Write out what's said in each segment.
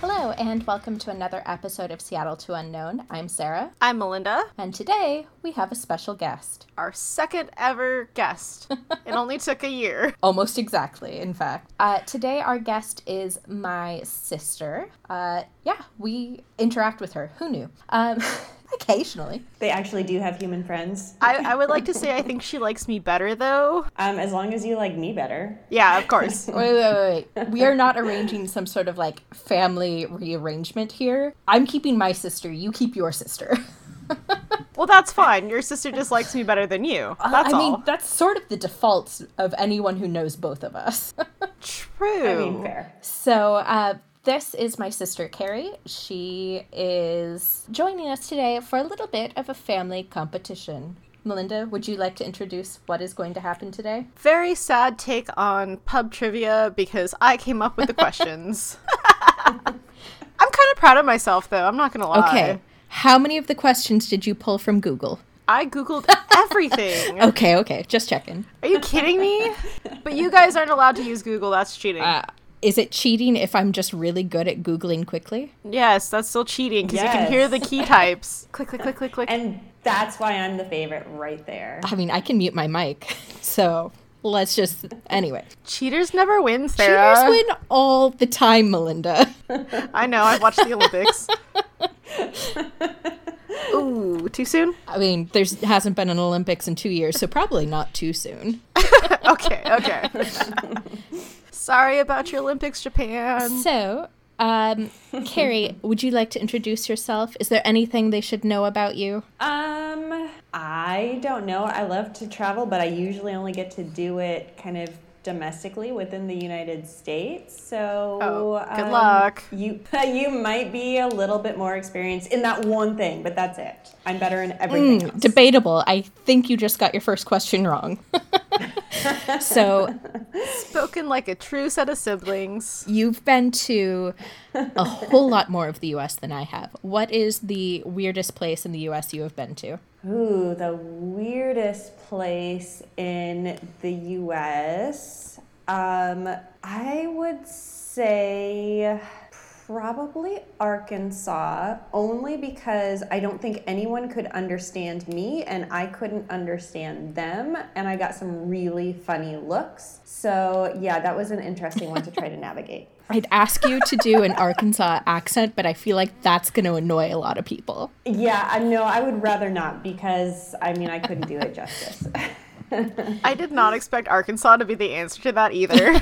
Hello, and welcome to another episode of Seattle to Unknown. I'm Sarah, I'm Melinda, and today we have a special guest. our second ever guest. it only took a year. Almost exactly, in fact. Uh, today, our guest is my sister. Uh, yeah, we interact with her. Who knew? Um, occasionally. They actually do have human friends. I, I would like to say I think she likes me better though. Um, as long as you like me better. Yeah, of course. Wait, wait, wait, wait. We are not arranging some sort of like family rearrangement here. I'm keeping my sister, you keep your sister. Well, that's fine. Your sister just likes me better than you. Uh, That's I all. mean, that's sort of the default of anyone who knows both of us. True. I mean, fair. So, uh, this is my sister Carrie. She is joining us today for a little bit of a family competition. Melinda, would you like to introduce what is going to happen today? Very sad take on pub trivia because I came up with the questions. I'm kind of proud of myself though. I'm not gonna lie. How many of the questions did you pull from Google? I googled everything. Okay, okay, just checking. Are you kidding me? But you guys aren't allowed to use Google. That's cheating. Uh, is it cheating if I'm just really good at Googling quickly? Yes, that's still cheating because you can hear the key types. click, click, click, click, click. And that's why I'm the favorite right there. I mean, I can mute my mic, so let's just. Anyway, Cheaters never win, Sarah. cheaters win all the time, Melinda. I know. I've watched the Olympics. Ooh, too soon? I mean, there's hasn't been an Olympics in two years, so probably not too soon. Okay, okay. Sorry about your Olympics, Japan. So, um, Carrie, would you like to introduce yourself? Is there anything they should know about you? Um, I don't know. I love to travel, but I usually only get to do it kind of domestically within the United States. So Oh, good um, luck. You you might be a little bit more experienced in that one thing, but that's it. I'm better in everything. Mm, else. Hmm, Debatable. I think you just got your first question wrong. so, Spoken like a true set of siblings. you've been to a whole lot more of the US than I have. What is the weirdest place in the US you have been to? Ooh, the weirdest place in the US. Um, I would say probably Arkansas, only because I don't think anyone could understand me and I couldn't understand them. And I got some really funny looks. So, yeah, that was an interesting one to try to navigate. I'd ask you to do an Arkansas accent, but I feel like that's going to annoy a lot of people. Yeah, I no, I would rather not because I mean, I couldn't do it justice. I did not expect Arkansas to be the answer to that either.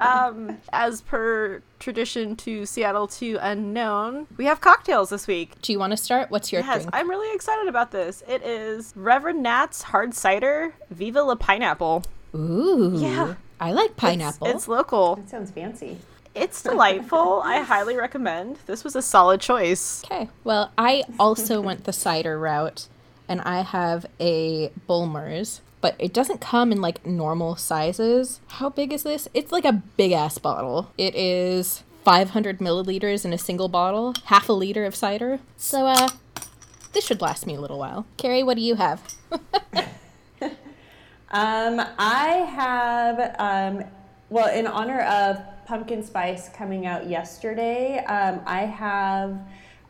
um, as per tradition to Seattle to Unknown, we have cocktails this week. Do you want to start? What's your Yes, drink? I'm really excited about this. It is Reverend Nat's Hard Cider Viva La Pineapple. Ooh. Yeah. I like pineapple. It's local. That sounds fancy. It's delightful. I highly recommend. This was a solid choice. Okay. Well, I also went the cider route, and I have a Bulmers, but it doesn't come in like normal sizes. How big is this? It's like a big ass bottle. It is 500 milliliters in a single bottle, half a liter of cider. So, uh, this should last me a little while. Carrie, what do you have? Um, I have, um, well, in honor of pumpkin spice coming out yesterday, um, I have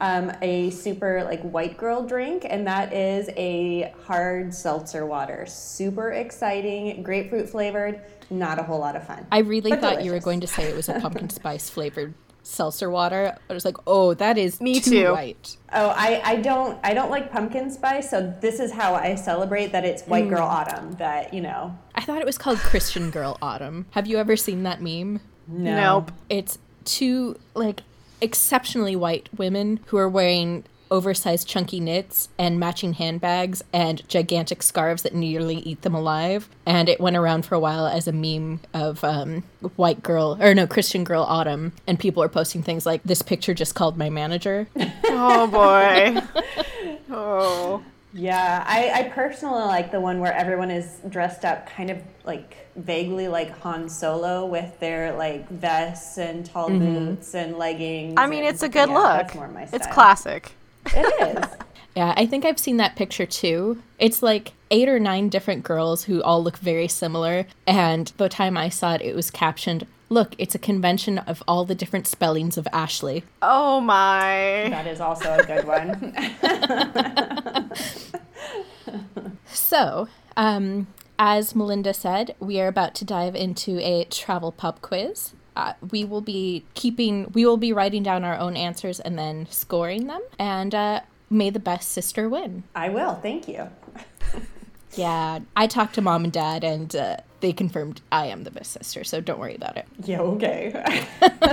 um, a super like white girl drink, and that is a hard seltzer water. Super exciting, grapefruit flavored, not a whole lot of fun. I really But thought you were delicious. going to say it was a pumpkin spice flavored seltzer water. I was like, oh, that is Me too, too. white. oh, I, I don't I don't like pumpkin spice, so this is how I celebrate that it's white girl autumn. That you know, I thought it was called Christian Girl Autumn. Have you ever seen that meme? Nope. it's two like exceptionally white women who are wearing oversized chunky knits and matching handbags and gigantic scarves that nearly eat them alive and it went around for a while as a meme of um, white girl or no christian girl autumn and people are posting things like this picture just called my manager Oh boy. Oh. Yeah, I, I personally like the one where everyone is dressed up kind of like vaguely like Han Solo with their like vests and tall boots and leggings. Mm-hmm. I mean, and- it's a good yeah, look. That's more my It's style. classic. It is. yeah i think i've seen that picture too it's like eight or nine different girls who all look very similar and by the time i saw it it was captioned Look, it's a convention of all the different spellings of Ashley. Oh my. That is also a good one. So, um, as Melinda said, we are about to dive into a travel pub quiz. Uh, we will be keeping, we will be writing down our own answers and then scoring them. And uh, may the best sister win. I will. Thank you. Yeah, I talked to mom and dad, and uh, they confirmed I am the best sister. So don't worry about it. Yeah, okay.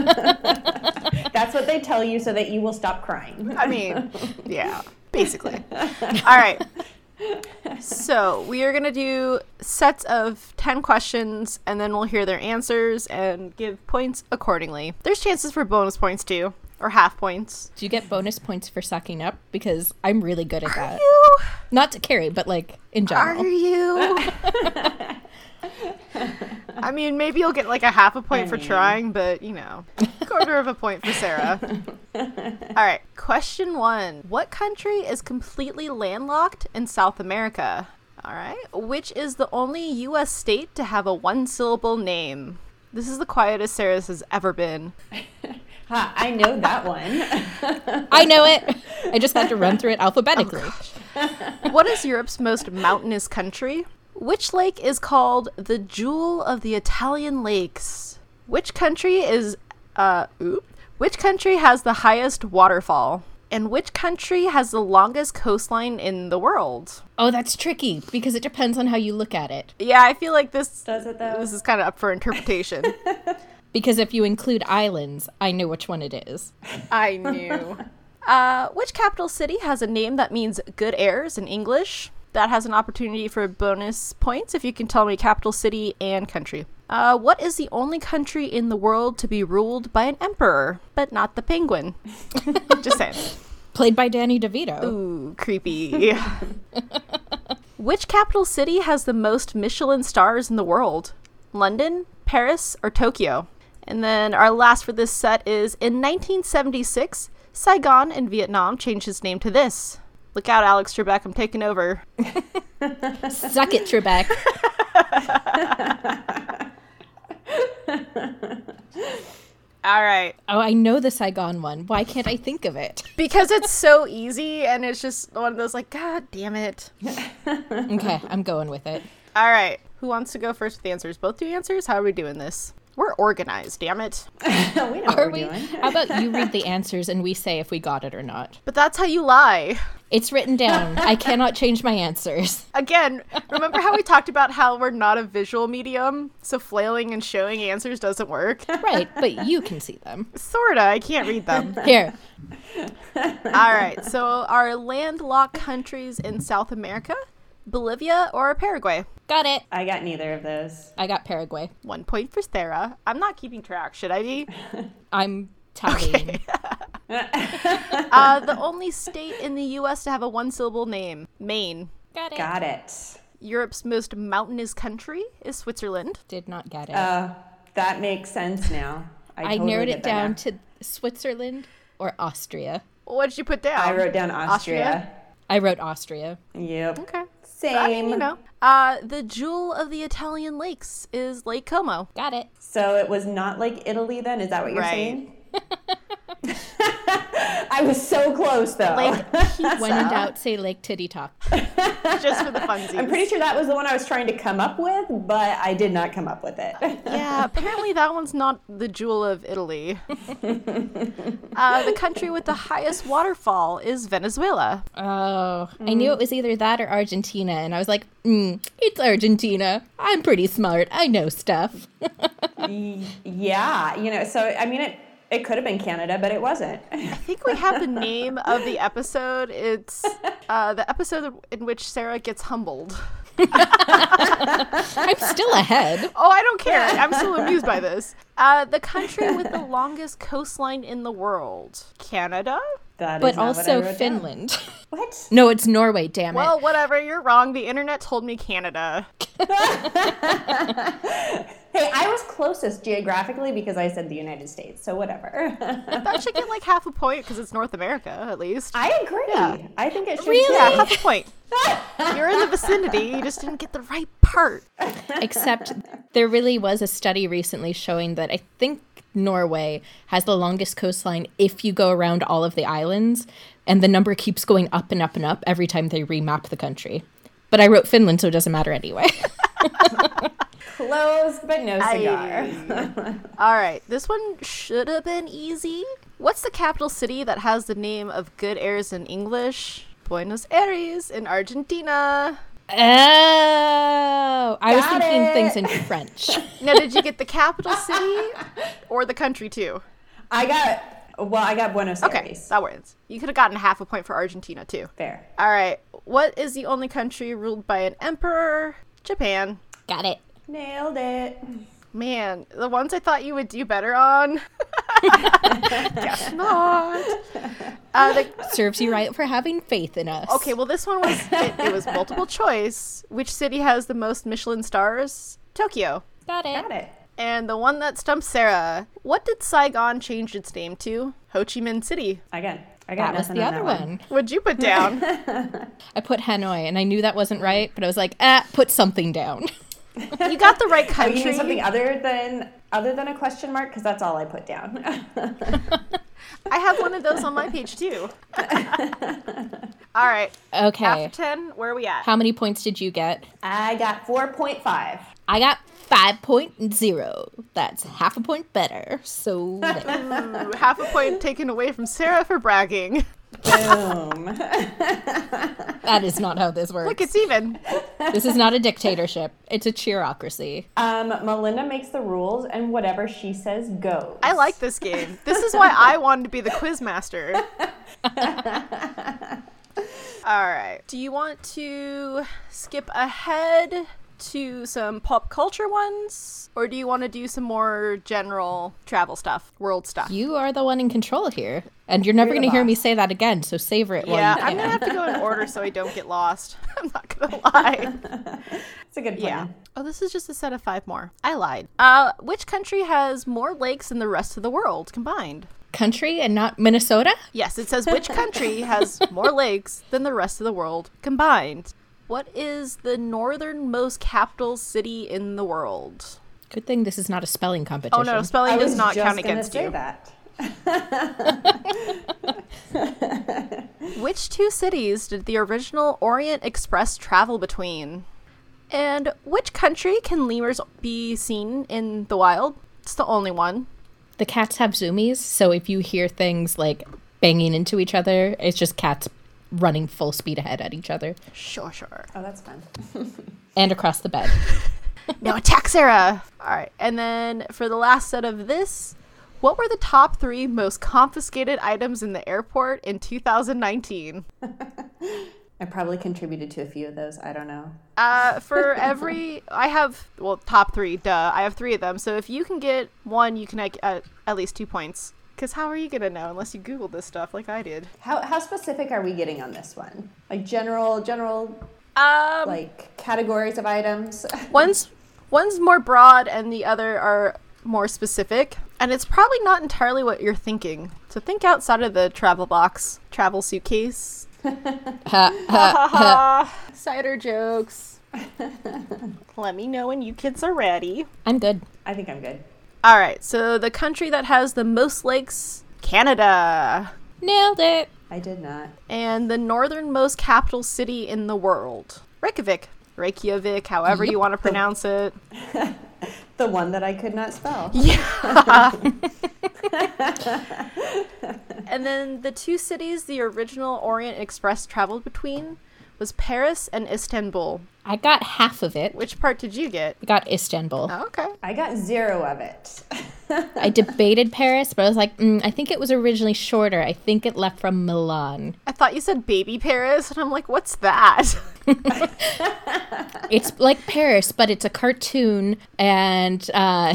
That's what they tell you so that you will stop crying. I mean, yeah, basically. All right. So we are going to do sets of 10 questions and then we'll hear their answers and give points accordingly. There's chances for bonus points too, or half points. Do you get bonus points for sucking up? Because I'm really good at that. You Not to carry, but like in general. Are you? I mean, maybe you'll get like a half a point for mean- trying, but you know, quarter of a point for Sarah. All right, question one What country is completely landlocked in South America? All right, which is the only U.S. state to have a one syllable name? This is the quietest Sarah's has ever been. Ha, I know that one. I know it. I just had to run through it alphabetically. What is Europe's most mountainous country? Which lake is called the Jewel of the Italian Lakes? Which country is uh oop, which country has the highest waterfall? And which country has the longest coastline in the world? oh, that's tricky because it depends on how you look at it. Yeah, I feel like this Does it though? this is kind of up for interpretation. Because if you include islands, I know which one it is. I knew. Uh, which capital city has a name that means good airs in English? That has an opportunity for bonus points if you can tell me capital city and country. Uh, what is the only country in the world to be ruled by an emperor, but not the penguin? Just saying. Played by Danny DeVito. Ooh, creepy. Which capital city has the most Michelin stars in the world? London, Paris, or Tokyo? And then our last for this set is in 1976, Saigon in Vietnam changed its name to this. Look out, Alex Trebek, I'm taking over. Suck it, Trebek. All right. oh, I know the Saigon one. Why can't I think of it? Because it's so easy and it's just one of those, like, God damn it. Okay, I'm going with it. All right. Who wants to go first with the answers? Both do answers? How are we doing this? We're organized, damn it. No, we know what Are we're we? doing. How about you read the answers and we say if we got it or not? But that's how you lie. It's written down. I cannot change my answers. Again, remember how we talked about how we're not a visual medium, so flailing and showing answers doesn't work? Right, but you can see them. Sorta, I can't read them. Here. All right, so our landlocked countries in South America Bolivia or Paraguay? Got it. I got neither of those. I got Paraguay. One point for Sarah. I'm not keeping track, should I be? I'm tallying. Uh, the only state in the US to have a one syllable name Maine. Got it. Got it. Europe's most mountainous country is Switzerland. Did not get it. Uh, that makes sense now. I, I totally narrowed get it that down now. to Switzerland or Austria. What did you put down? I wrote down Austria. Austria? I wrote Austria. Yep. Okay. Same. I mean, Um, you know. Uh, the jewel of the Italian lakes is Lake Como. Got it. So it was not like Italy then? Is that what you're Right. saying? I was so close though. Lake Pizza, When in doubt, say Lake Titty Top. just for the funsies. I'm pretty sure that was the one I was trying to come up with, but I did not come up with it. yeah, apparently that one's not the jewel of Italy. uh, the country with the highest waterfall is Venezuela. Oh, I Mm. knew it was either that or Argentina, and I was like, mm, it's Argentina. I'm pretty smart. I know stuff. Y- yeah, you know, so I mean it it could have been Canada, but it wasn't. I think we have the name of the episode. It's uh, the episode in which Sarah gets humbled. I'm still ahead. Oh, I don't care. I'm still amused by this. Uh, the country with the longest coastline in the world, Canada. That is But not what I also wrote down. Finland. What? no, it's Norway, damn Well, it. whatever. You're wrong. The internet told me Canada. Hey, I was closest geographically because I said the United States, so whatever. That should get like half a point because it's North America, at least. I agree. I think it should Really? Yeah, too. half a point. You're in the vicinity. You just didn't get the right part. Except there really was a study recently showing that that I think Norway has the longest coastline if you go around all of the islands, and the number keeps going up and up and up every time they remap the country. But I wrote Finland, so it doesn't matter anyway. Close, but no cigar. All right, this one should have been easy. What's the capital city that has the name of good airs in English? Buenos Aires in Argentina. Oh, I was Got thinking it. things in French. Now, did you get the capital city or the country too? I got well. I got Buenos Okay, Aires. that works. You could have gotten half a point for Argentina too. Fair. All right, what is the only country ruled by an emperor? Japan. Got it. Nailed it. Man, the ones I thought you would do better on. Guess not. Uh, the, Serves you right for having faith in us. okay, well, this one was it, it was multiple choice. Which city has the most Michelin stars? Tokyo. got it. Got it. And the one that stumped Sarah. What did Saigon change its name to? Ho Chi Minh City. Again. I got That was nothing the on other that one. What'd you put down? I put Hanoi, and I knew that wasn't right, but I was like, ah, put something down. you got the right Are Oh, you country. doing something other than other than a question mark? Because that's all I put down. I have one of those on my page too. All right. Okay. After 10, where are we at? How many points did you get? I got four point five. I got 5.0. That's half a point better. So there. Half a point taken away from Sarah for bragging. Boom. that is not how this works. Look, it's even. this is not a dictatorship. It's a cheerocracy. um, Melinda makes the rules, and whatever she says goes. I like this game. This is why I wanted to be the quiz master. All right. Do you want to skip ahead to some pop culture ones? Or do you want to do some more general travel stuff, world stuff? You are the one in control here, and you're never You're the going to hear boss. me say that again. So savor it. yeah, while you I'm gonna can. have to go in order so I don't get lost. I'm not gonna lie. It's a good Yeah. plan. Oh, this is just a set of five more. I lied. Uh, which country has more lakes than the rest of the world combined? country and not Minnesota. Yes, it says which country has more lakes than the rest of the world combined? What is the northernmost capital city in the world? Good thing this is not a spelling competition. Oh no, spelling does was not just count gonna against say you. That. Which two cities did the original Orient Express travel between? And which country can lemurs be seen in the wild? It's the only one. The cats have zoomies, so if you hear things like banging into each other, it's just cats running full speed ahead at each other Sure, sure. Oh, that's fun. and across the bed. Now attack Sarah! Alright, and then for the last set of this, what were the top three most confiscated items in the airport in 2019? I probably contributed to a few of those. I don't know. Uh, for every, I have, well, top three, duh. I have three of them. So if you can get one, you can get uh, at least two points. Because how are you going to know unless you Google this stuff like I did? How how specific are we getting on this one? Like general general Um, like categories of items. one's one's more broad and the other are more specific and it's probably not entirely what you're thinking so think outside of the travel box travel suitcase cider jokes let me know when you kids are ready I'm good. I think I'm good. all right so the country that has the most lakes canada Nailed it. I did not. and the northernmost capital city in the world reykjavik reykjavik however you want to pronounce it The one that I could not spell. And then the two cities the original Orient Express traveled between was Paris and Istanbul. I got half of it. Which part did you get? I got Istanbul. Okay. I got zero of it. I debated Paris, but I was like, mm, I think it was originally shorter. I think it left from Milan. I thought you said baby Paris, and I'm like, what's that? It's like Paris, but it's a cartoon, and uh,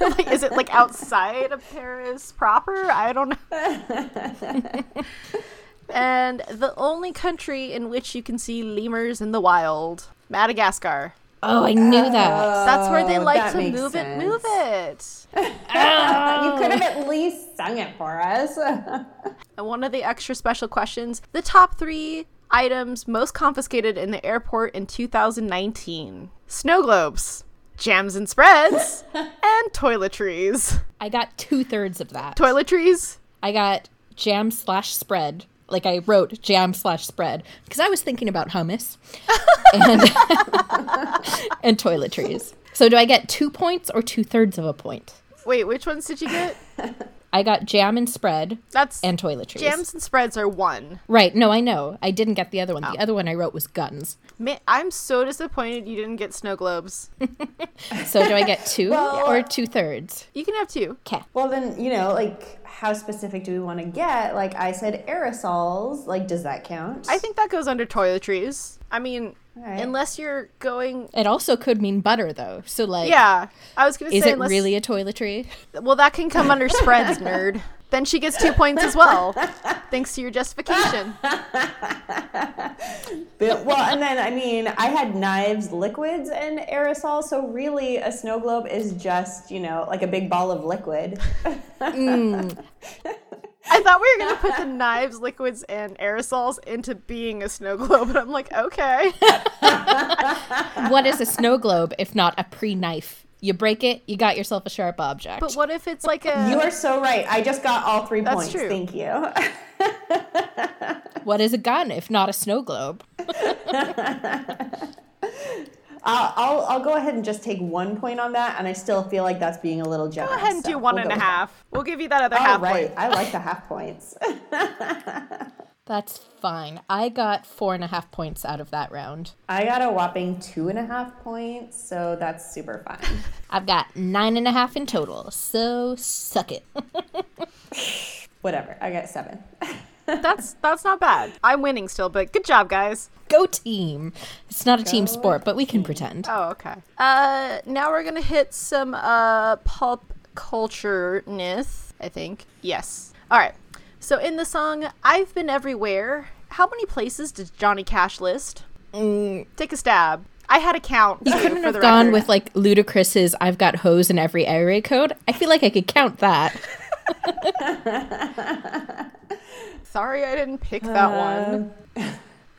like, is it like outside of Paris proper? I don't know. and the only country in which you can see lemurs in the wild, Madagascar. oh, I knew that. That's where they Oh, like that to makes move it, move it. You Oh. could have at least sung it for us. And one of the extra special questions the top three items most confiscated in the airport in 2019 snow globes, jams and spreads, and and toiletries. I got two thirds of that. Toiletries? I got jam slash spread. Like I wrote jam slash spread because I was thinking about hummus and, and toiletries. So do I get two points or two thirds of a point? Wait, which ones did you get? I got jam and spread That's and toiletries. jams and spreads are one. Right. No, I know. I didn't get the other one. The other one I wrote was guns. Ma I'm so disappointed you didn't get snow globes. So do I get two Well- or two thirds? You can have two. Okay. Well, then, you know, like, how specific do we want to get? Like, I said aerosols. Like, does that count? I think that goes under toiletries. I mean, Alright. unless you're going. It also could mean butter though. So like Yeah, I was gonna is say it unless really a toiletry? Well, that can come under spreads, nerd. Then she gets two points as well, thanks to your justification. But, well, and then, I mean, I had knives, liquids, and aerosols. So, really, a snow globe is just, you know, like a big ball of liquid. I thought we were gonna put the knives, liquids, and aerosols into being a snow globe, and I'm like, okay. what is a snow globe if not a pre knife? You break it, you got yourself a sharp object. But what if it's like You a? are so right. I just got all three That's points. true. Thank you. what is a gun if not a snow globe? I'll, I'll, I'll go ahead and just take one point on that, and I still feel like that's being a little generous. Go ahead and so do one we'll and go a with half. We'll give you that other that. half All right. point. I like the half points. That's fine. I got four and a half points out of that round. I got a whopping two and a half points, so that's super fun. I've got nine and a half in total, so suck it. Whatever. I got seven. That's that's not bad. I'm winning still, but good job, guys. Go team. It's not a team sport, but we can pretend. Oh, okay. Uh, now we're gonna hit some uh pop culture ness. I think. Yes. All right. So in the song "I've Been Everywhere," how many places did Johnny Cash list? Take a stab. I had a count. You couldn't have gone with like Ludacris's I've got hoes in every area code. I feel like I could count that. Sorry, I didn't pick that Uh. one.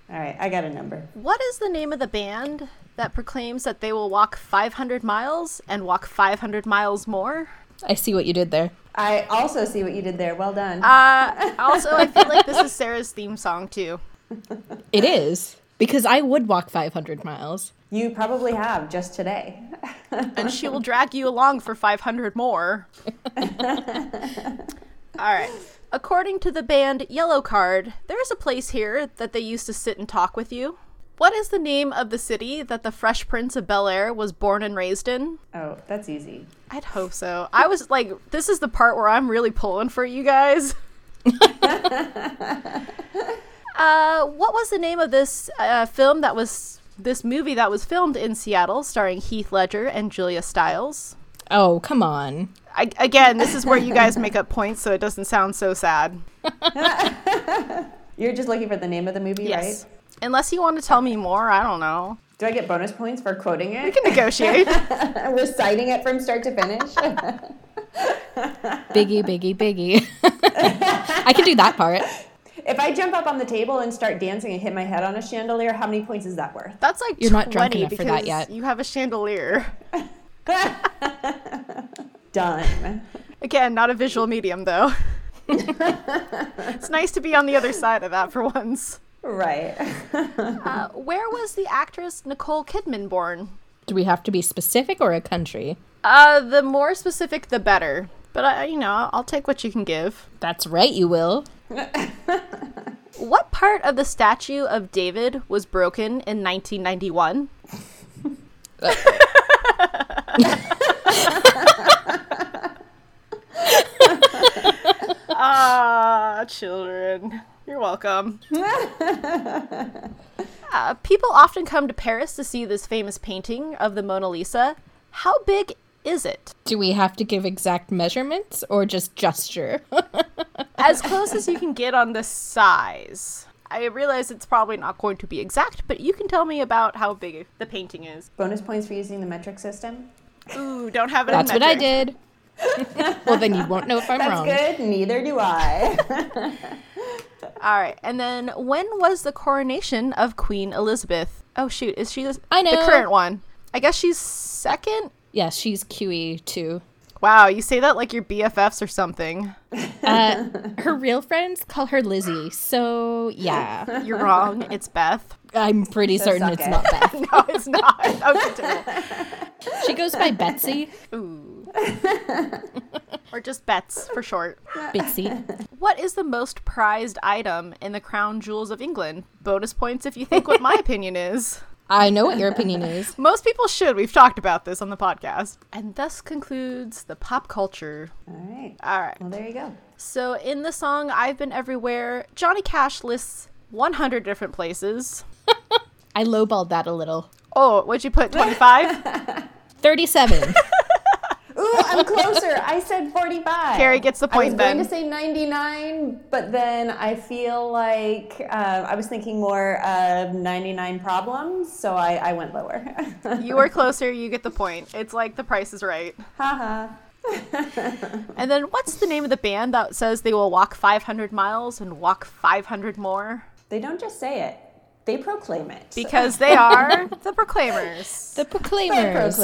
All right. I got a number. What is the name of the band that proclaims that they will walk 500 miles and walk 500 miles more? I see what you did there. I also see what you did there. Well done. Uh, also, I feel like this is Sarah's theme song too. It is. Because I would walk 500 miles. you probably have just today. and she will drag you along for 500 more. All right. According to the band Yellow Card, there's a place here that they used to sit and talk with you. What is the name of the city that the Fresh Prince of Bel Air was born and raised in? Oh, that's easy. I'd hope so. I was like, this is the part where I'm really pulling for you guys. uh, what was the name of this uh, film that was this movie that was filmed in Seattle, starring Heath Ledger and Julia Stiles? Oh, come on. I, again, this is where you guys make up points so it doesn't sound so sad. You're just looking for the name of the movie, Yes. right? Unless you want to tell me more, I don't know. Do I get bonus points for quoting We it? can negotiate. Reciting it from start to finish? Biggie, biggie, biggie. I can do that part. If I jump up on the table and start dancing and hit my head on a chandelier, how many points is that worth? That's like You're 20 not drunk enough because for that yet. you have a chandelier. Done. Again, not a visual medium though. it's nice to be on the other side of that for once. right. Uh, where was the actress Nicole Kidman born? Do we have to be specific or a country? Uh, the more specific, the better. But I, you know, I'll take what you can give. That's right, you will. What part of the statue of David was broken in 1991? Ah, children. You're welcome. uh, people often come to Paris to see this famous painting of the Mona Lisa. How big is it? Do we have to give exact measurements or just gesture? As close as you can get on the size. I realize it's probably not going to be exact, but you can tell me about how big the painting is. Bonus points for using the metric system. Ooh, don't have it. in That's what I metric. did. well, then you won't know if I'm That's wrong. good. Neither do I. All right, and then when was the coronation of Queen Elizabeth? Oh shoot, is she the, I know. the current one? I guess she's second. E, Yes, she's QE2. Wow, you say that like your BFFs or something. Uh, her real friends call her Lizzie. So, yeah. You're wrong. It's Beth. I'm pretty So certain suck it's it. not Beth. No, it's not. That was a terrible- She goes by Betsy. Ooh. or just Bets for short. Bitsy. What is the most prized item in the crown jewels of England? Bonus points if you think what my opinion is. I know what your opinion is. Most people should. We've talked about this on the podcast. And thus concludes the pop culture. All right. All right. Well, there you go. So in the song I've Been Everywhere, Johnny Cash lists 100 different places. I lowballed that a little. Oh, what'd you put? 25? 37. Ooh, I'm closer. I said 45. Carrie gets the I was point then. going to say 99, but then I feel like uh, I was thinking more of 99 problems, so I, I went lower. you are closer, you get the point. It's like the price is right. Haha. And then what's the name of the band that says they will walk 500 miles and walk 500 more? They don't just say it, they proclaim it. Because they are the Proclaimers. The They're Proclaimers.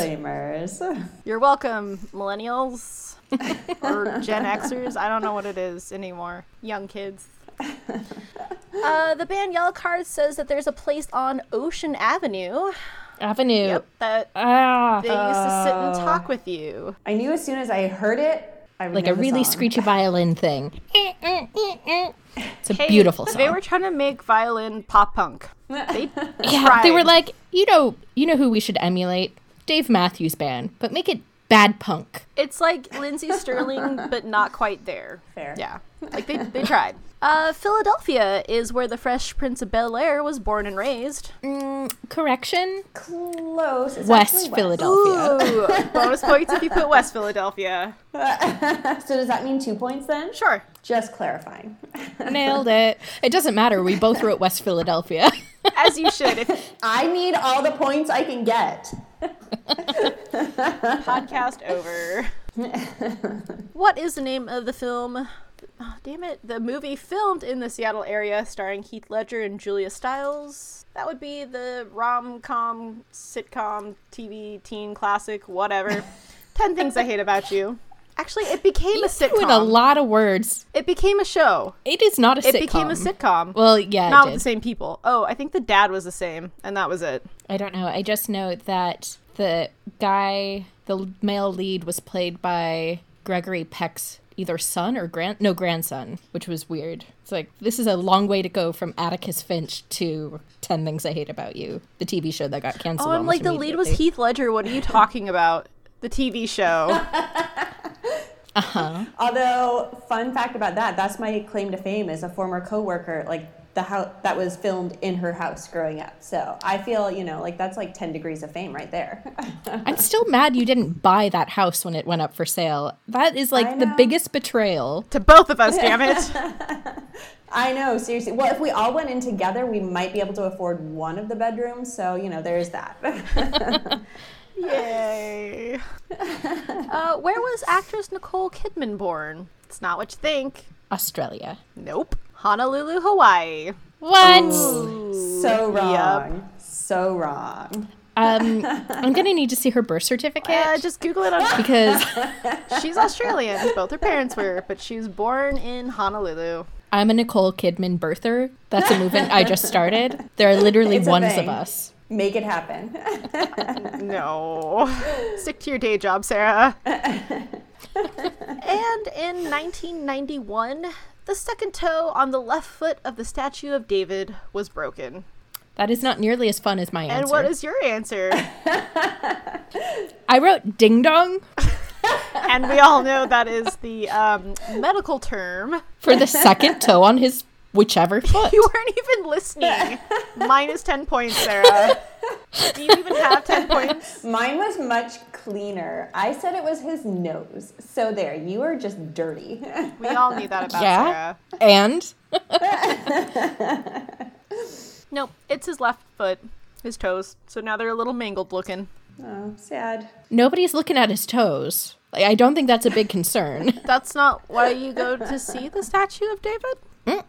proclaimers. You're welcome, millennials or Gen Xers. I don't know what it is anymore. Young kids. Uh, the band Yellow Card says that there's a place on Ocean Avenue Avenue. that Ah. they used to sit and talk with you. I knew as soon as I heard it, I would Like know a the really song. screechy violin thing. It's a Hey, beautiful song. They were trying to make violin pop punk. They Yeah, they were like, you know, you know who we should emulate? Dave Matthews Band, but make it bad punk. It's like Lindsay Sterling, but not quite there. Fair. Yeah. Like they, they tried. Uh, Philadelphia is where the Fresh Prince of Bel Air was born and raised. Mm, correction, Close. It's West actually Philadelphia. Ooh, bonus points if you put West Philadelphia. So does that mean two points then? Sure. Just clarifying. Nailed it. It doesn't matter. We both wrote West Philadelphia. As you should. If I need all the points I can get. podcast over. What is the name of the film? Oh, damn it. The movie filmed in the Seattle area starring Heath Ledger and Julia Stiles. That would be the rom com, sitcom, TV, teen classic, whatever. 10 Things I Hate About You. Actually, it became a With a sitcom. lot of words. it became a show. It is not a It sitcom. became a sitcom. Well, yeah, it not did. with the same people. Oh, I think the dad was the same, and that was it. I don't know. I just know that the guy, the male lead, was played by Gregory Peck's either son or grand no grandson, which was weird. It's like this is a long way to go from Atticus Finch to Ten Things I Hate About You, the TV show that got canceled. Oh, I'm like, the lead was Heath Ledger. What are you talking about? The TV show. Although, fun fact about that, that's my claim to fame as a former coworker, like the house that was filmed in her house growing up. So I feel, you know, like that's like 10 degrees of fame right there. I'm still mad you didn't buy that house when it went up for sale. That is like the know. biggest betrayal. to both of us, damn it. I know, seriously. Well, if we all went in together, we might be able to afford one of the bedrooms. So, you know, there's that. Yay. Uh, where was actress Nicole Kidman born? It's not what you think. Australia. Nope. Honolulu, Hawaii. What? so wrong. So wrong. Um, I'm gonna need to see her birth certificate Yeah, Uh, just Google it. On- because she's Australian. Both her parents were, but she was born in Honolulu. I'm a Nicole Kidman birther. That's a movement I just started. There are literally It's a ones of thing. us. Make it happen. No. Stick to your day job, Sarah. and in 1991, the second toe on the left foot of the statue of David was broken. That is not nearly as fun as my answer. And what is your answer? I wrote ding dong and we all know that is the um, medical term. for the second toe on his whichever foot. You weren't even listening. Minus 10 points, Sarah. Do you even have 10 points? Mine was much cleaner. I said it was his nose. So there, you are just dirty. We all knew that about Yeah. Sarah. And Nope, it's his left foot, his toes. So now they're a little mangled looking. oh, sad. nobody's looking at his toes. Like, I don't think that's a big concern. That's not why you go to see the statue of David? I,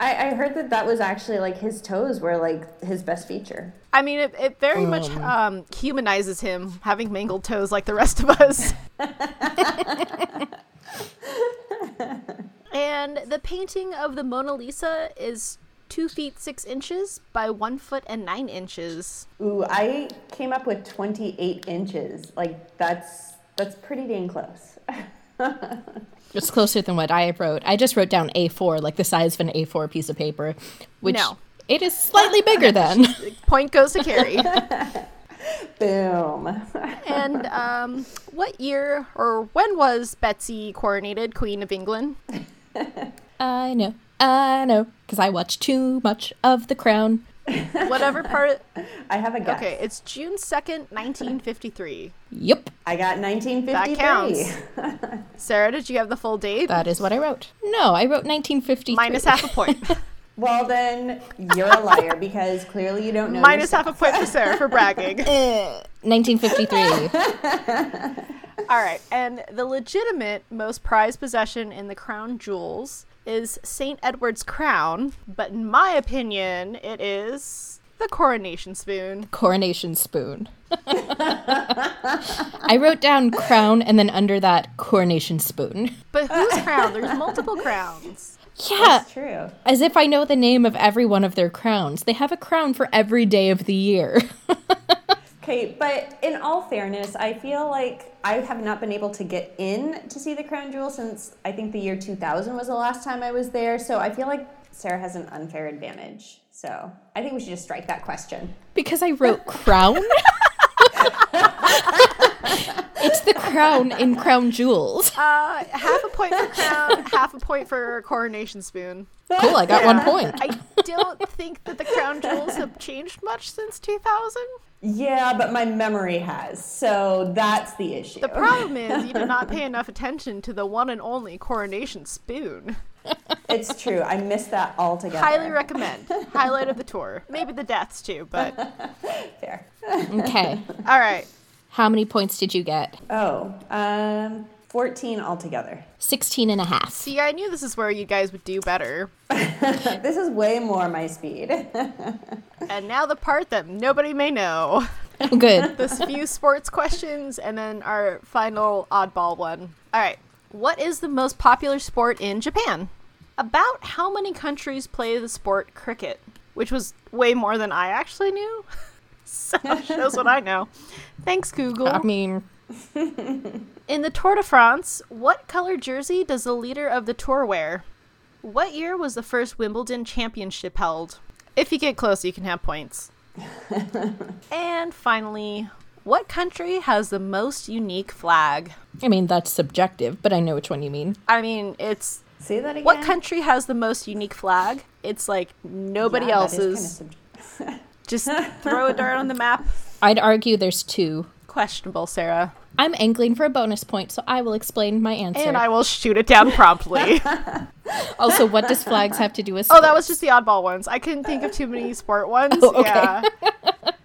I heard that that was actually like his toes were like his best feature. I mean, it, it very much um, humanizes him having mangled toes like the rest of us. and the painting of the Mona Lisa is two feet six inches by one foot and nine inches. Ooh, I came up with 28 inches. Like that's that's pretty dang close. It's closer than what I wrote. I just wrote down A4, like the size of an A4 piece of paper, which No. it is slightly bigger than. Point goes to Carrie. Boom. and um, what year or when was Betsy coronated Queen of England? I know. I know. Because I watch too much of The Crown. Whatever part. I have a guess. Okay, it's June 2nd, 1953. Yep. I got That 1953. counts. Sarah, did you have the full date? That is what I wrote. No, I wrote 1953. Minus half a point. Well then, you're a liar because clearly you don't know. Minus yourself. half a point for Sarah for bragging. 1953. All right, and the legitimate most prized possession in the crown jewels is St. Edward's crown, but in my opinion, it is the coronation spoon. Coronation spoon. I wrote down crown and then under that, coronation spoon. But whose crown? There's multiple crowns. Yeah. That's true. As if I know the name of every one of their crowns. They have a crown for every day of the year. Okay, but in all fairness, I feel like I have not been able to get in to see the crown jewel since I think the year 2000 was the last time I was there. So I feel like Sarah has an unfair advantage. So I think we should just strike that question. Because I wrote crown. it's the crown in Crown Jewels. Uh, half a point for crown, half a point for coronation spoon. Cool, I got one point. I don't think that the crown jewels have changed much since 2000. Yeah, but my memory has. So that's the issue. The problem is you did not pay enough attention to the one and only coronation spoon. it's true. I missed that altogether. Highly recommend. Highlight of the tour. Maybe the deaths too, but Fair. Okay. all right. How many points did you get? Oh, um, 14 altogether. 16 and a half. See, I knew this is where you guys would do better. This is way more my speed. And now the part that nobody may know. Oh, good. This few sports questions and then our final oddball one. All right. What is the most popular sport in Japan? About how many countries play the sport cricket, which was way more than I actually knew. so shows what I know. Thanks, Google. I mean, In the Tour de France, what color jersey does the leader of the tour wear? What year was the first Wimbledon championship held? If you get close, you can have points. and finally, what country has the most unique flag? I mean that's subjective, but I know which one you mean. I mean, it's Say that again. what country has the most unique flag? It's like nobody else's. Just throw a dart on the map. I'd argue there's two. Questionable, Sarah. I'm angling for a bonus point, so I will explain my answer. And I will shoot it down promptly. also, what does flags have to do with? Oh, that was just the oddball ones. I couldn't think of too many sport ones. Oh, okay. Yeah.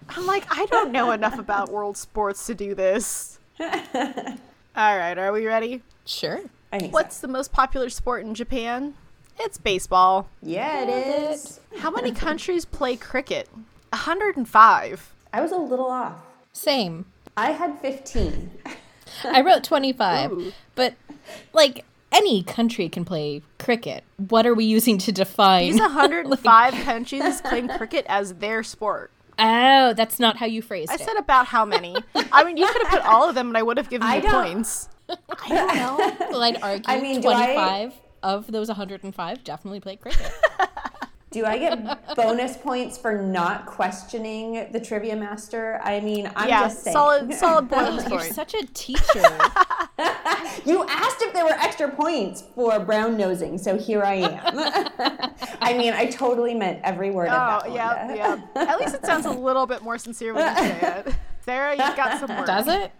I'm like, I don't know enough about world sports to do this. All right, are we ready? sure. I think so. What's the most popular sport in Japan? It's baseball. Yeah, it is. How many countries play cricket? 105. I was a little off. Same. I had 15. I wrote 25, but like any country can play cricket. What are we using to define? These 105 countries claim cricket as their sport. oh, that's not how you phrased I it. said about how many. I mean, you could have put all of them and I would have given I you don't- points. well, I'd argue I mean, do I- 25 of those 105 definitely play cricket. Do I get bonus points for not questioning the trivia master? I mean, I'm yeah, just saying. solid, solid bonus You're point. such a teacher. You asked if there were extra points for brown nosing, so here I am. I mean, I totally meant every word of that. Oh, yeah, yeah. At least it sounds a little bit more sincere when you say it. Sarah, you've got some work. Does it?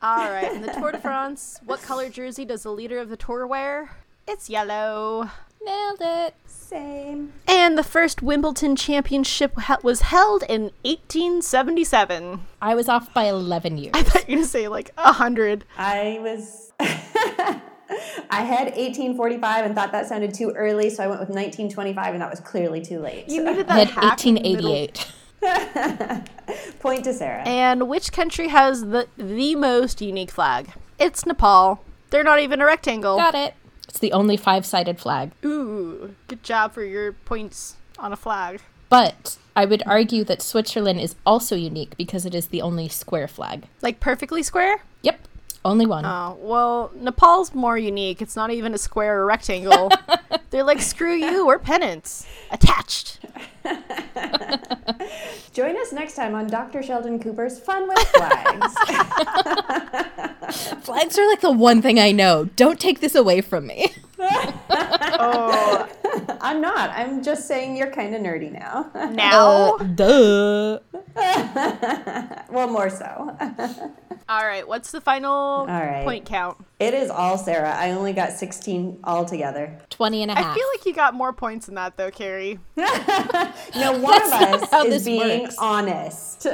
All right. In the Tour de France, what color jersey does the leader of the tour wear? It's yellow. Nailed it. Same. And the first Wimbledon championship he- was held in 1877. I was off by 11 years. I thought you were going to say like 100. I was. I had 1845 and thought that sounded too early, so I went with 1925, and that was clearly too late. You So- needed I that Uh, had hack in the middle. 1888. Point to Sarah. And which country has the the most unique flag? It's Nepal. They're not even a rectangle. Got it. It's the only five sided flag. Ooh, good job for your points on a flag. But I would argue that Switzerland is also unique because it is the only square flag. Like perfectly square? Yep, only one. Oh, well, Nepal's more unique. It's not even a square or rectangle. They're like, screw you, we're pennants. Attached. Join us next time on Dr. Sheldon Cooper's Fun with Flags. Flags are like the one thing I know. Don't take this away from me. Oh, I'm not. I'm just saying you're kind of nerdy now. now? Uh, duh. well, more so. All right, what's the final right. point count? It is all Sarah. I only got 16 altogether. 20 and a I half. feel like you got more points than that, though, Carrie. Now, one of That's not us how is this being works. honest.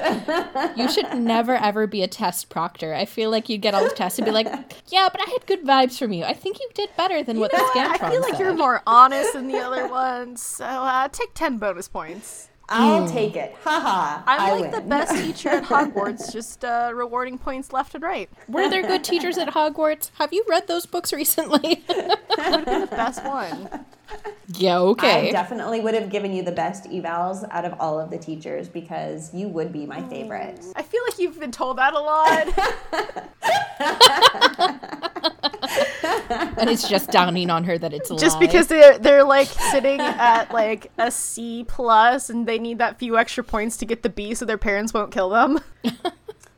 you should never ever be a test proctor. I feel like you'd get all the tests and be like, yeah, but I had good vibes from you. I think you did better than what this Scantron I feel like said. you're more honest than the other ones, so uh, take 10 bonus points. Hmm. I'll take it. Haha. I'm I like the win. best teacher at Hogwarts, just uh, rewarding points left and right. Were there good teachers at Hogwarts? Have you read those books recently? Best one. yeah, I okay. definitely would have given you the best evals out of all of the teachers because you would be my favorite. Hmm. I feel like you've been told that a lot. and it's just downing on her that it's a just lie. because they're they're like sitting at like a C plus and they need that few extra points to get the B so their parents won't kill them.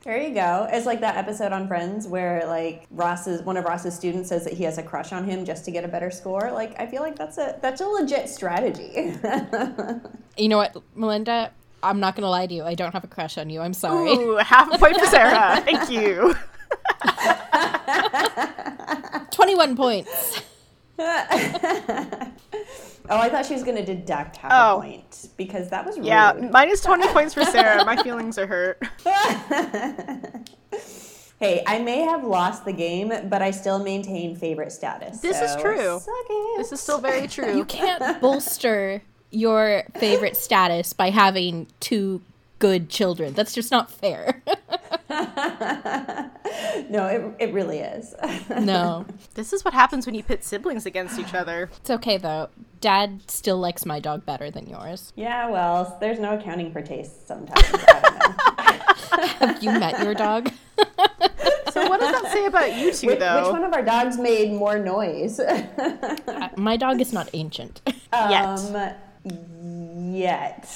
There you go. It's like that episode on Friends where like Ross's one of Ross's students says that he has a crush on him just to get a better score. Like I feel like that's a that's a legit strategy. You know what, Melinda? I'm not gonna lie to you. I don't have a crush on you. I'm sorry. Ooh, half a point for Sarah. Thank you. 21 points. oh, I thought she was going to deduct half Oh. a point because that was rude. Yeah, minus twenty points for Sarah. My feelings are hurt. Hey, I may have lost the game, but I still maintain favorite status. This is so true. suck it. This is still very You true. can't bolster your favorite status by having two good children. That's just not fair. no, it, it really is. no. This is what happens when you pit siblings against each other. It's okay though. Dad still likes my dog better than yours. yeah, well, there's no accounting for tastes sometimes. I don't know. Have you met your dog? So what does that say about you two Which, though? which one of our dogs made more noise? Uh, my dog is not ancient. Yet. Um, yet.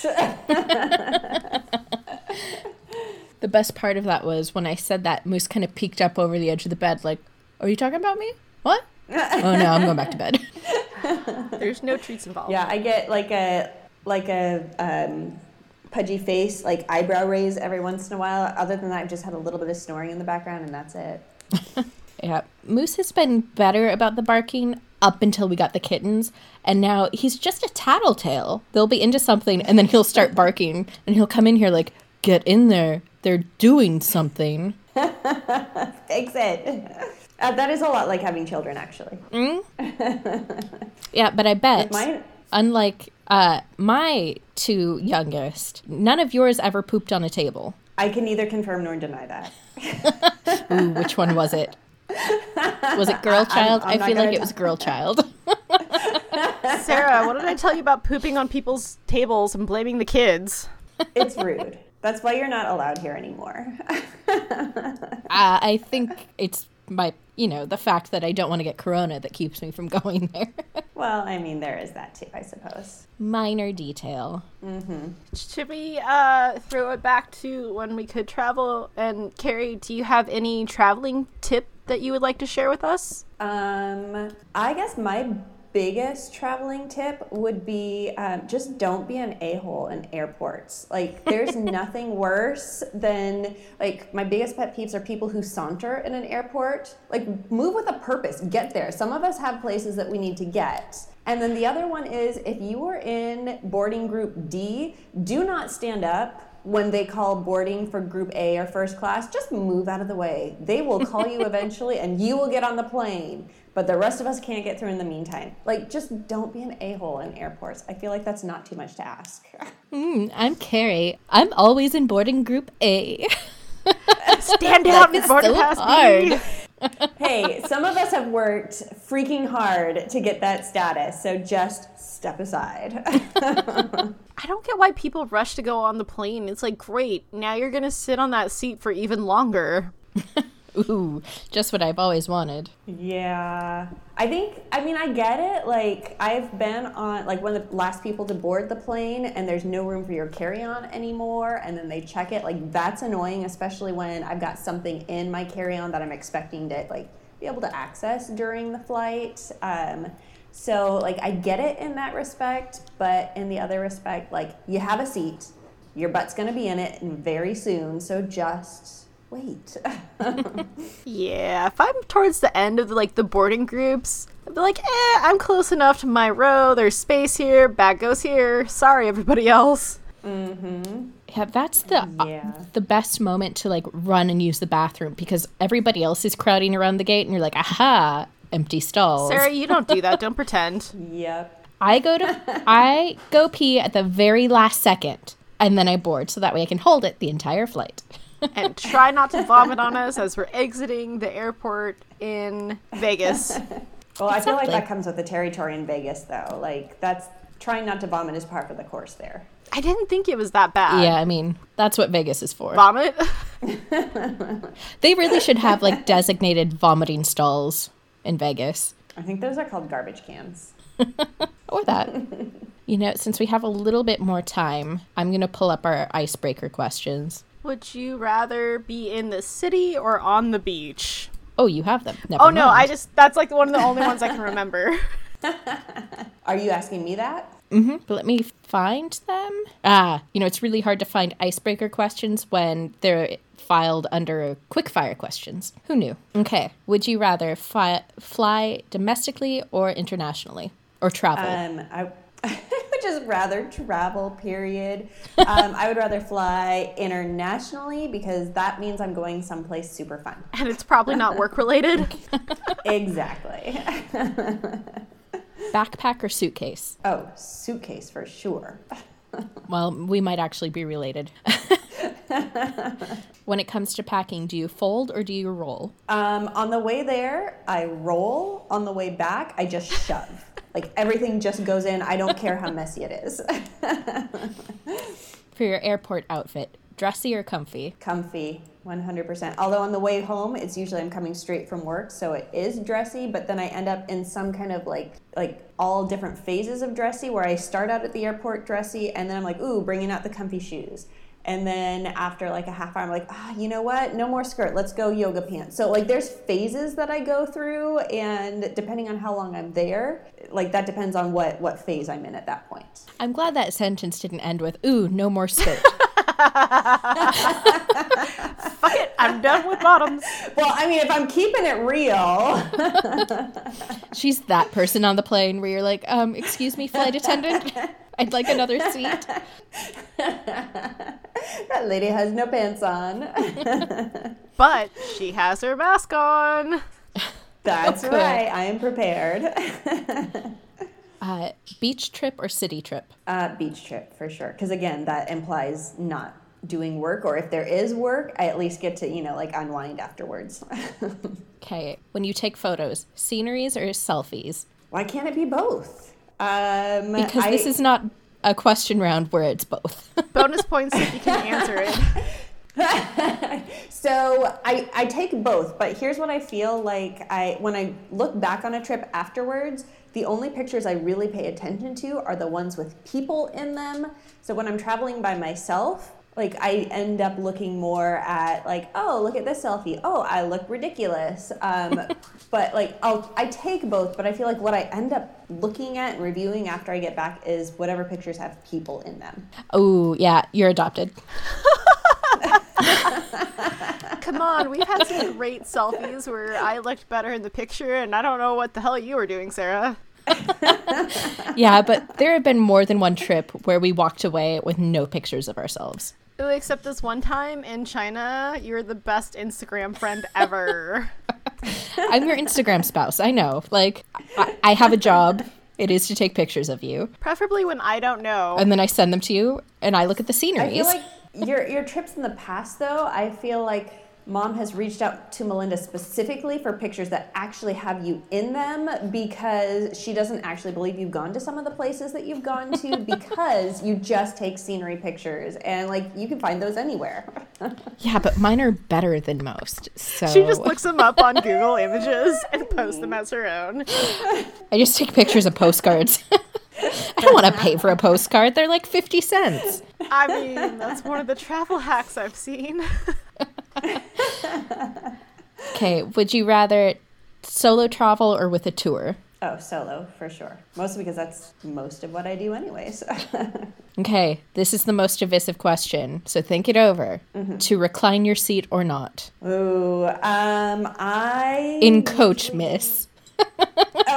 the best part of that was when I said that, Moose kind of peeked up over the edge of the bed, like, Are you talking about me? What? oh no, I'm going back to bed. There's no treats involved. yeah, I get like a like a um, pudgy face, like eyebrow raise every once in a while. Other than that, I've just had a little bit of snoring in the background, and that's it. Yeah. Moose has been better about the barking up until we got the kittens, and now he's just a tattletale. They'll be into something and then he'll start barking and he'll come in here like, "Get in there. They're doing something." Exit. Uh, that is a lot like having children, actually. Yeah, but I bet Mine. unlike uh my two youngest, none of yours ever pooped on a table. I can neither confirm nor deny that. Ooh, which one was it? Was it girl child? I'm I not feel like gonna it was girl child. Sarah, what did I tell you about pooping on people's tables and blaming the kids? It's rude. That's why you're not allowed here anymore. uh, I think it's my, you know, the fact that I don't want to get corona that keeps me from going there. well, I mean, there is that too, I suppose. Minor detail. Should we uh, throw it back to when we could travel? And Carrie, do you have any traveling tip that you would like to share with us? Um, I guess my biggest traveling tip would be um, just don't be an a hole in airports. Like, there's nothing worse than, like, my biggest pet peeves are people who saunter in an airport. Like, move with a purpose, get there. Some of us have places that we need to get. And then the other one is if you are in boarding group D, do not stand up when they call boarding for group A or first class, just move out of the way. They will call you eventually and you will get on the plane, but the rest of us can't get through in the meantime. Like, just don't be an a hole in airports. I feel like that's not too much to ask. Mm, I'm Carrie. I'm always in boarding group A. Stand out and board so past me. hard. hey, some of us have worked freaking hard to get that status, so just step aside. I don't get why people rush to go on the plane. It's like, great, now you're gonna sit on that seat for even longer. Ooh, just what I've always wanted. Yeah. I think, I mean, I get it. Like, I've been on, like, one of the last people to board the plane, and there's no room for your carry on anymore, and then they check it. Like, that's annoying, especially when I've got something in my carry on that I'm expecting to, like, be able to access during the flight. Um, so, like, I get it in that respect, but in the other respect, like, you have a seat, your butt's gonna be in it very soon, so just wait. Yeah, if I'm towards the end of the, like the boarding groups, I'd be like, eh, I'm close enough to my row. There's space here. Bag goes here. Sorry, everybody else. Yeah, that's the uh, Yeah. the best moment to like run and use the bathroom because everybody else is crowding around the gate and you're like, aha, empty stalls. Sarah, you don't do that. Don't pretend. yep. I go to I go pee at the very last second and then I board so that way I can hold it the entire flight. And try not to vomit on us as we're exiting the airport in Vegas. Well, I Exactly. feel like that comes with the territory in Vegas, though. Like that's trying not to vomit is part of the course there. I didn't think it was that bad. yeah, I mean, that's what Vegas is for. Vomit? They really should have like designated vomiting stalls in Vegas I think those are called garbage cans. or that. you know, since we have a little bit more time, I'm going to pull up our icebreaker questions. Would you rather be in the city or on the beach? Oh, you have them. Never Oh no, mind. I just that's like one of the only ones I can remember. Are you asking me that? But let me find them. Ah, you know, it's really hard to find icebreaker questions when they're filed under quickfire questions. Who knew? Okay. Would you rather fi- fly domestically or internationally or travel? Uh. Um, I would just rather travel. Period. Um, I would rather fly internationally because that means I'm going someplace super fun. And it's probably not work related. Exactly. Backpack or suitcase? Oh, suitcase for sure. Well, we might actually be related. when it comes to packing, do you fold or do you roll? Um, on the way there, I roll. On the way back, I just shove. Like everything just goes in. I don't care how messy it is. For your airport outfit, dressy or comfy? comfy 100% although on the way home it's usually i'm coming straight from work so it is dressy but then i end up in some kind of like like all different phases of dressy where i start out at the airport dressy and then i'm like ooh bringing out the comfy shoes and then after like a half hour i'm like ah you know what no more skirt let's go yoga pants so like there's phases that i go through and depending on how long i'm there like that depends on what what phase i'm in at that point I'm glad that sentence didn't end with, ooh, no more skirt. Fuck it, I'm done with bottoms. well i mean if i'm keeping it real She's that person on the plane where you're like, um, excuse me, flight attendant, I'd like another seat. that lady has no pants on But she has her mask on. That's Okay. right. I am prepared. Uh, beach trip or city trip? Uh, beach trip for sure. Because again, that implies not doing work, or if there is work, I at least get to, you know, like unwind afterwards. Okay, when you take photos, sceneries or selfies? Why can't it be both? Um, Because I- this is not a question round where it's both. Bonus points if you can answer it. So I, I take both, but here's what I feel like I when I look back on a trip afterwards, the only pictures I really pay attention to are the ones with people in them. So when I'm traveling by myself, like I end up looking more at like, oh, look at this selfie. Oh, I look ridiculous. Um, but like I'll I take both, but I feel like what I end up looking at and reviewing after I get back is whatever pictures have people in them. oh, yeah, you're adopted. Come on, we've had some great selfies where I looked better in the picture, and I don't know what the hell you were doing, Sarah. Yeah, but there have been more than one trip where we walked away with no pictures of ourselves. Ooh, except this one time in China, you're the best Instagram friend ever. I'm your Instagram spouse. I know. Like, I, I have a job. It is to take pictures of you, Preferably when I don't know. and then I send them to you, and I look at the I feel sceneries. like your your trips in the past though, I feel like mom has reached out to Melinda specifically for pictures that actually have you in them because she doesn't actually believe you've gone to some of the places that you've gone to because you just take scenery pictures and like you can find those anywhere. yeah, but mine are better than most. So she just looks them up on Google Images and posts them as her own. I just take pictures of postcards. I don't want to pay for a postcard. They're like 50 cents. I mean, that's one of the travel hacks I've seen. Okay, would you rather solo travel or with a tour? Oh, solo for sure. Mostly because that's most of what I do anyways. Okay, this is the most divisive question, so think it over. To recline your seat or not? Ooh, um I In coach, miss.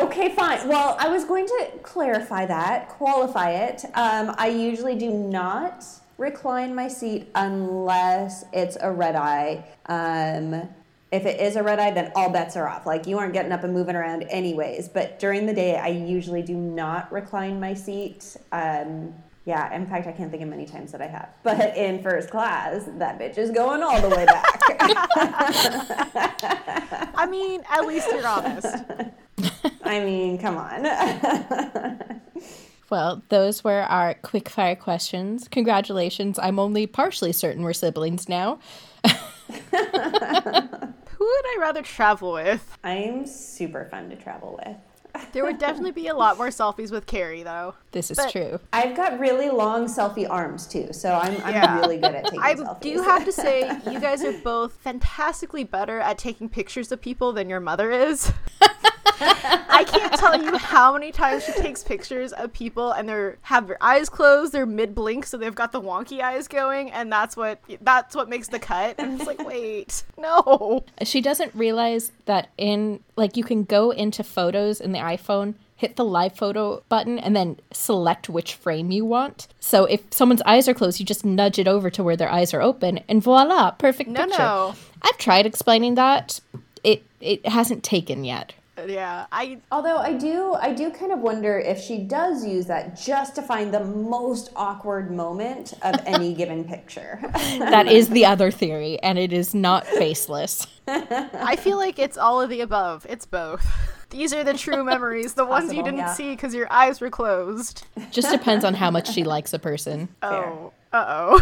Okay, fine. Well, I was going to clarify that, qualify it. Um, I usually do not recline my seat unless it's a red eye. Um, if it is a red eye, then all bets are off. Like you aren't getting up and moving around anyways. But during the day, I usually do not recline my seat. Um, yeah, in fact, I can't think of many times that I have. But in first class, that bitch is going all the way back. I mean, at least you're honest. I mean, come on. Well, those were our quickfire questions. Congratulations, I'm only partially certain we're siblings now. Who would I rather travel with? I'm super fun to travel with. There would definitely be a lot more selfies with Carrie, though. This is But- true. I've got really long selfie arms too, so I'm, I'm Yeah. really good at taking I selfies. do have to say, you guys are both fantastically better at taking pictures of people than your mother is. I can't tell you how many times she takes pictures of people and they're have their eyes closed, they're mid blink, so they've got the wonky eyes going, and that's what that's what makes the cut. And it's like, wait, no. She doesn't realize that in, like, you can go into photos in the iPhone, hit the live photo button, and then select which frame you want. So if someone's eyes are closed, you just nudge it over to where their eyes are open, and voila, perfect No, picture. no. I've tried explaining that. It it hasn't taken yet. Yeah, I Although I do, I do kind of wonder if she does use that just to find the most awkward moment of any given picture. That is the other theory, and it is not baseless. I feel like it's all of the above. It's both. These are the true memories, the ones you Possible, didn't yeah. see because your eyes were closed. Just depends on how much she likes a person. Oh, uh oh.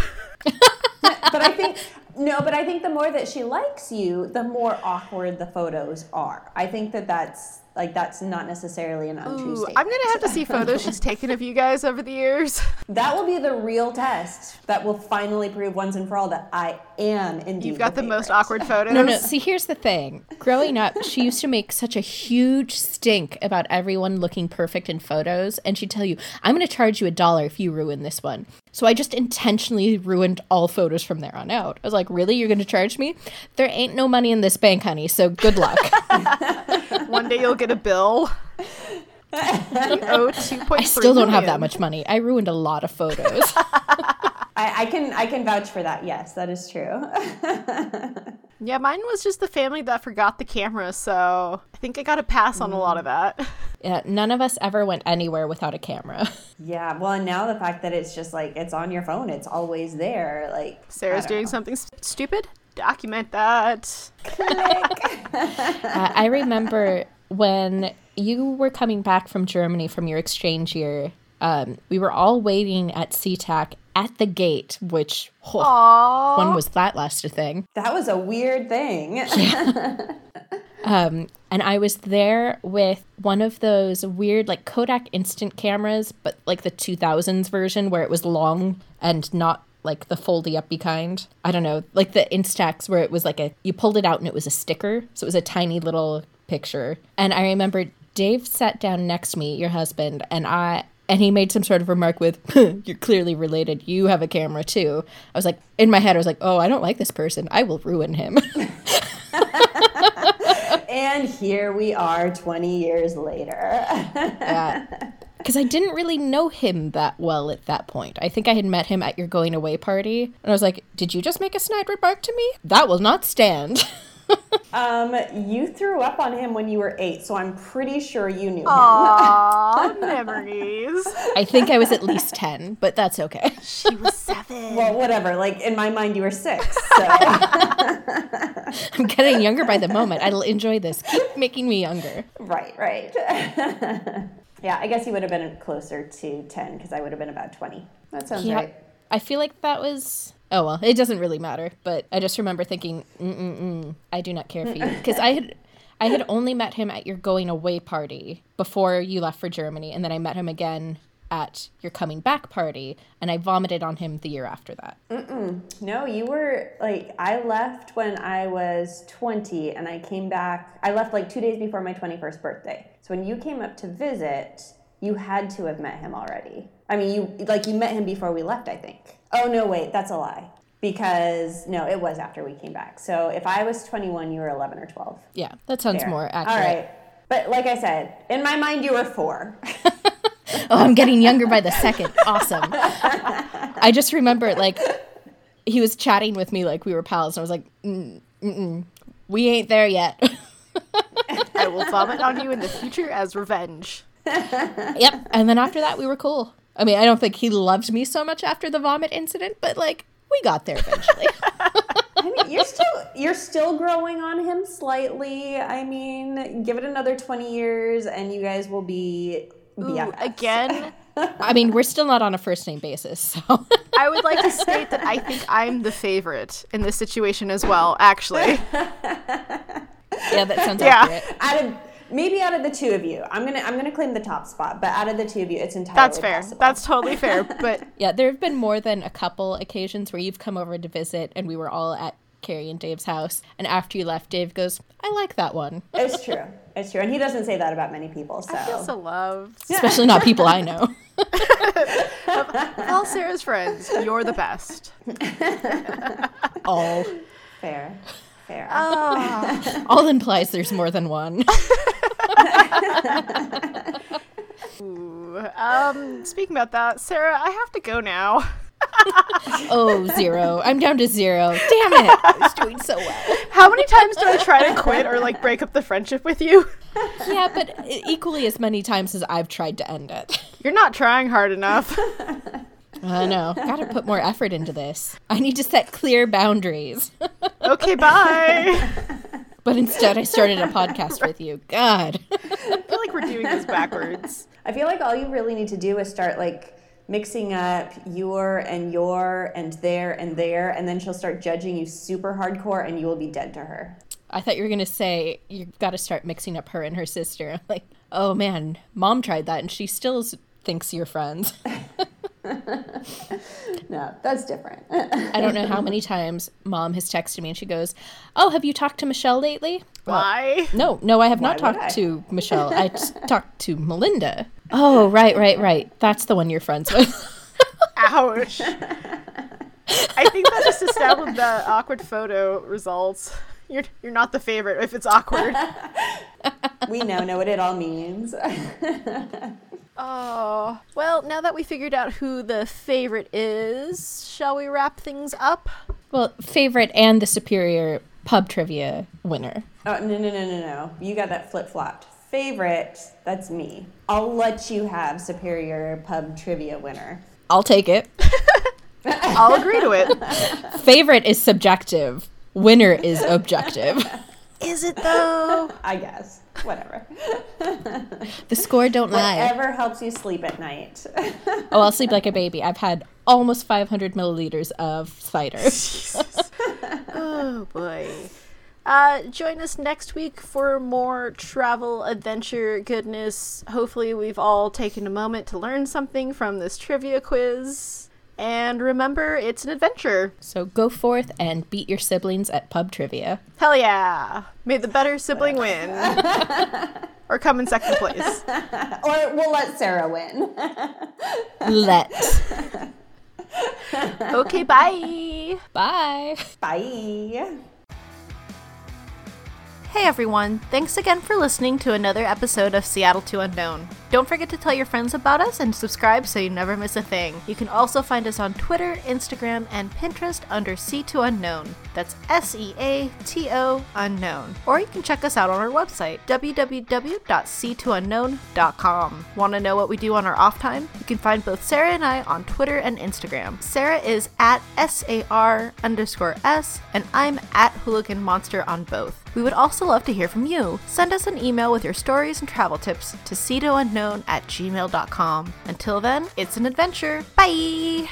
but I think no, but I think the more that she likes you, the more awkward the photos are. I think that that's like that's not necessarily an untrue Ooh, statement. I'm gonna have to see photos she's taken of you guys over the years. that will be the real test that will finally prove once and for all that I am indeed. You've got the most favorite. awkward photos. No, no. See, here's the thing. Growing up, she used to make such a huge stink about everyone looking perfect in photos, and she'd tell you, "I'm going to charge you a dollar if you ruin this one." So I just intentionally ruined all photos from there on out. I was like, "Really? You're going to charge me? There ain't no money in this bank, honey. So good luck." One day you'll get a bill. you owe two point three. I still don't have that much money. I ruined a lot of photos. I, I can I can vouch for that. Yes, that is true. Yeah, mine was just the family that forgot the camera, so I think I got a pass on a lot of that. Yeah, none of us ever went anywhere without a camera. Yeah, well, and now the fact that it's just like it's on your phone, it's always there. Like Sarah's I don't doing something st- stupid. Document that. Uh, I remember when you were coming back from Germany from your exchange year, um, we were all waiting at SeaTac at the gate, which oh, Aww. when was that last a thing? know. that was a weird thing. Um, and I was there with one of those weird, like Kodak instant cameras, but like the 2000s version where it was long and not like the foldy uppy kind. I don't know, like the Instax where it was like a, you pulled it out and it was a sticker. So it was a tiny little picture. And I remember Dave sat down next to me, your husband, and I, and he made some sort of remark with, You're clearly related. You have a camera too. I was like, in my head, I was like, Oh, I don't like this person. I will ruin him. and here we are, twenty years later. Because I didn't really know him that well at that point. I think I had met him at your going away party, and I was like, Did you just make a snide remark to me? That will not stand. Um, you threw up on him when you were eight, so I'm pretty sure you knew Aww, memories. I think I was at least 10, but that's okay. She was seven. him. Well, whatever. Like in my mind, you were six. So I'm getting younger by the moment. I'll enjoy this. Keep making me younger. right, right. yeah, I guess you would have been closer to ten because I would have been about twenty. That sounds Yeah. right. I feel like that was. Oh well, it doesn't really matter. But I just remember thinking, Mm-mm-mm, I do not care for you because I had, I had only met him at your going away party before you left for Germany, and then I met him again at your coming back party, and I vomited on him the year after that. No, you were like I left when I was 20 and I came back. I left like 2 days before my 21st birthday. So when you came up to visit, you had to have met him already. I mean, you like you met him before we left, I think. Oh no, wait, that's a lie. Because no, it was after we came back. So if I was 21, you were 11 or 12. Yeah, that sounds There. more All accurate. right. But like I said, in my mind you were 4. Oh, I'm getting younger by the second. Awesome. I just remember like he was chatting with me like we were pals, and I was like, mm, mm-mm, we ain't there yet. I will vomit on you in the future as revenge. Yep. And then after that, we were cool. I mean, I don't think he loved me so much after the vomit incident, but like we got there eventually. I mean, you're still you're still growing on him slightly. I mean, give it another twenty years, and you guys will be Ooh, BFFs. again, I mean, we're still not on a first name basis, so I would like to state that I think I'm the favorite in this situation as well, actually. yeah, that sounds Yeah. accurate. Out of maybe out of the two of you, I'm gonna I'm gonna claim the top spot. But out of the two of you, it's entirely That's fair. possible. That's totally fair. But Yeah, there have been more than a couple occasions where you've come over to visit, and we were all at Carrie and Dave's house, and after you left, Dave goes, "I like that one," it's true. It's true, and he doesn't say that about many people. So, I feel so loved. especially not people I know. All Sarah's friends, you're the best. All, fair, fair. Um, all implies there's more than one. Ooh. Um, speaking about that, Sarah, I have to go now. Oh, zero. I'm down to zero. Damn it! I was doing so well. How many times do I try to quit or like break up the friendship with you? Yeah, but e-, equally as many times as I've tried to end it. You're not trying hard enough. I know. Gotta put more effort into this. I need to set clear boundaries. Okay, bye. But instead, I started a podcast with you. God. I feel like we're doing this backwards. I feel like all you really need to do is start like mixing up your and your and there and there, and then she'll start judging you super hardcore, and you will be dead to her. I thought you were gonna say you've got to start mixing up her and her sister. I'm like, oh man, mom tried that and she still s- thinks you're friends. No, that's different. I don't know how many times mom has texted me and she goes, oh, have you talked to Michelle lately? Why? No, no, I have not Why would talked I? to Michelle. I just talked to Melinda. Oh, right, right, right. That's the one you're friends with. Ouch. I think that just established the awkward photo results. You're, you're not the favorite if it's awkward. we now know what it all means. Uh, Oh. Well, now that we figured out who the favorite is, shall we wrap things up? Well, favorite and the superior pub trivia winner. Oh no no no no no! You got that flip flopped. Favorite? That's me. I'll let you have superior pub trivia winner. I'll take it. I'll agree to it. favorite is subjective. Winner is objective. Is it though? I guess. Whatever. The score don't lie. Whatever helps you sleep at night. Oh, I'll sleep like a baby. I've had almost 500 milliliters of cider. Oh boy. Uh, join us next week for more travel, adventure, goodness. Hopefully, we've all taken a moment to learn something from this trivia quiz. And remember, it's an adventure. So go forth and beat your siblings at pub trivia. Hell yeah. May the better sibling win. or come in second place. Or we'll let Sarah win. Let's. Okay, bye. Bye. Bye. Hey everyone, thanks again for listening to another episode of Seattle to Unknown. Don't forget to tell your friends about us and subscribe so you never miss a thing. You can also find us on Twitter, Instagram, and Pinterest under C2 Unknown. That's S E A T O Unknown. Or you can check us out on our website, www.c2unknown.com. Want to know what we do on our off time? You can find both Sarah and I on Twitter and Instagram. Sarah is at S A R underscore S, and I'm at Hooligan Monster on both. We would also love to hear from you. Send us an email with your stories and travel tips to cetounknown at gmail.com. Until then, it's an adventure. Bye!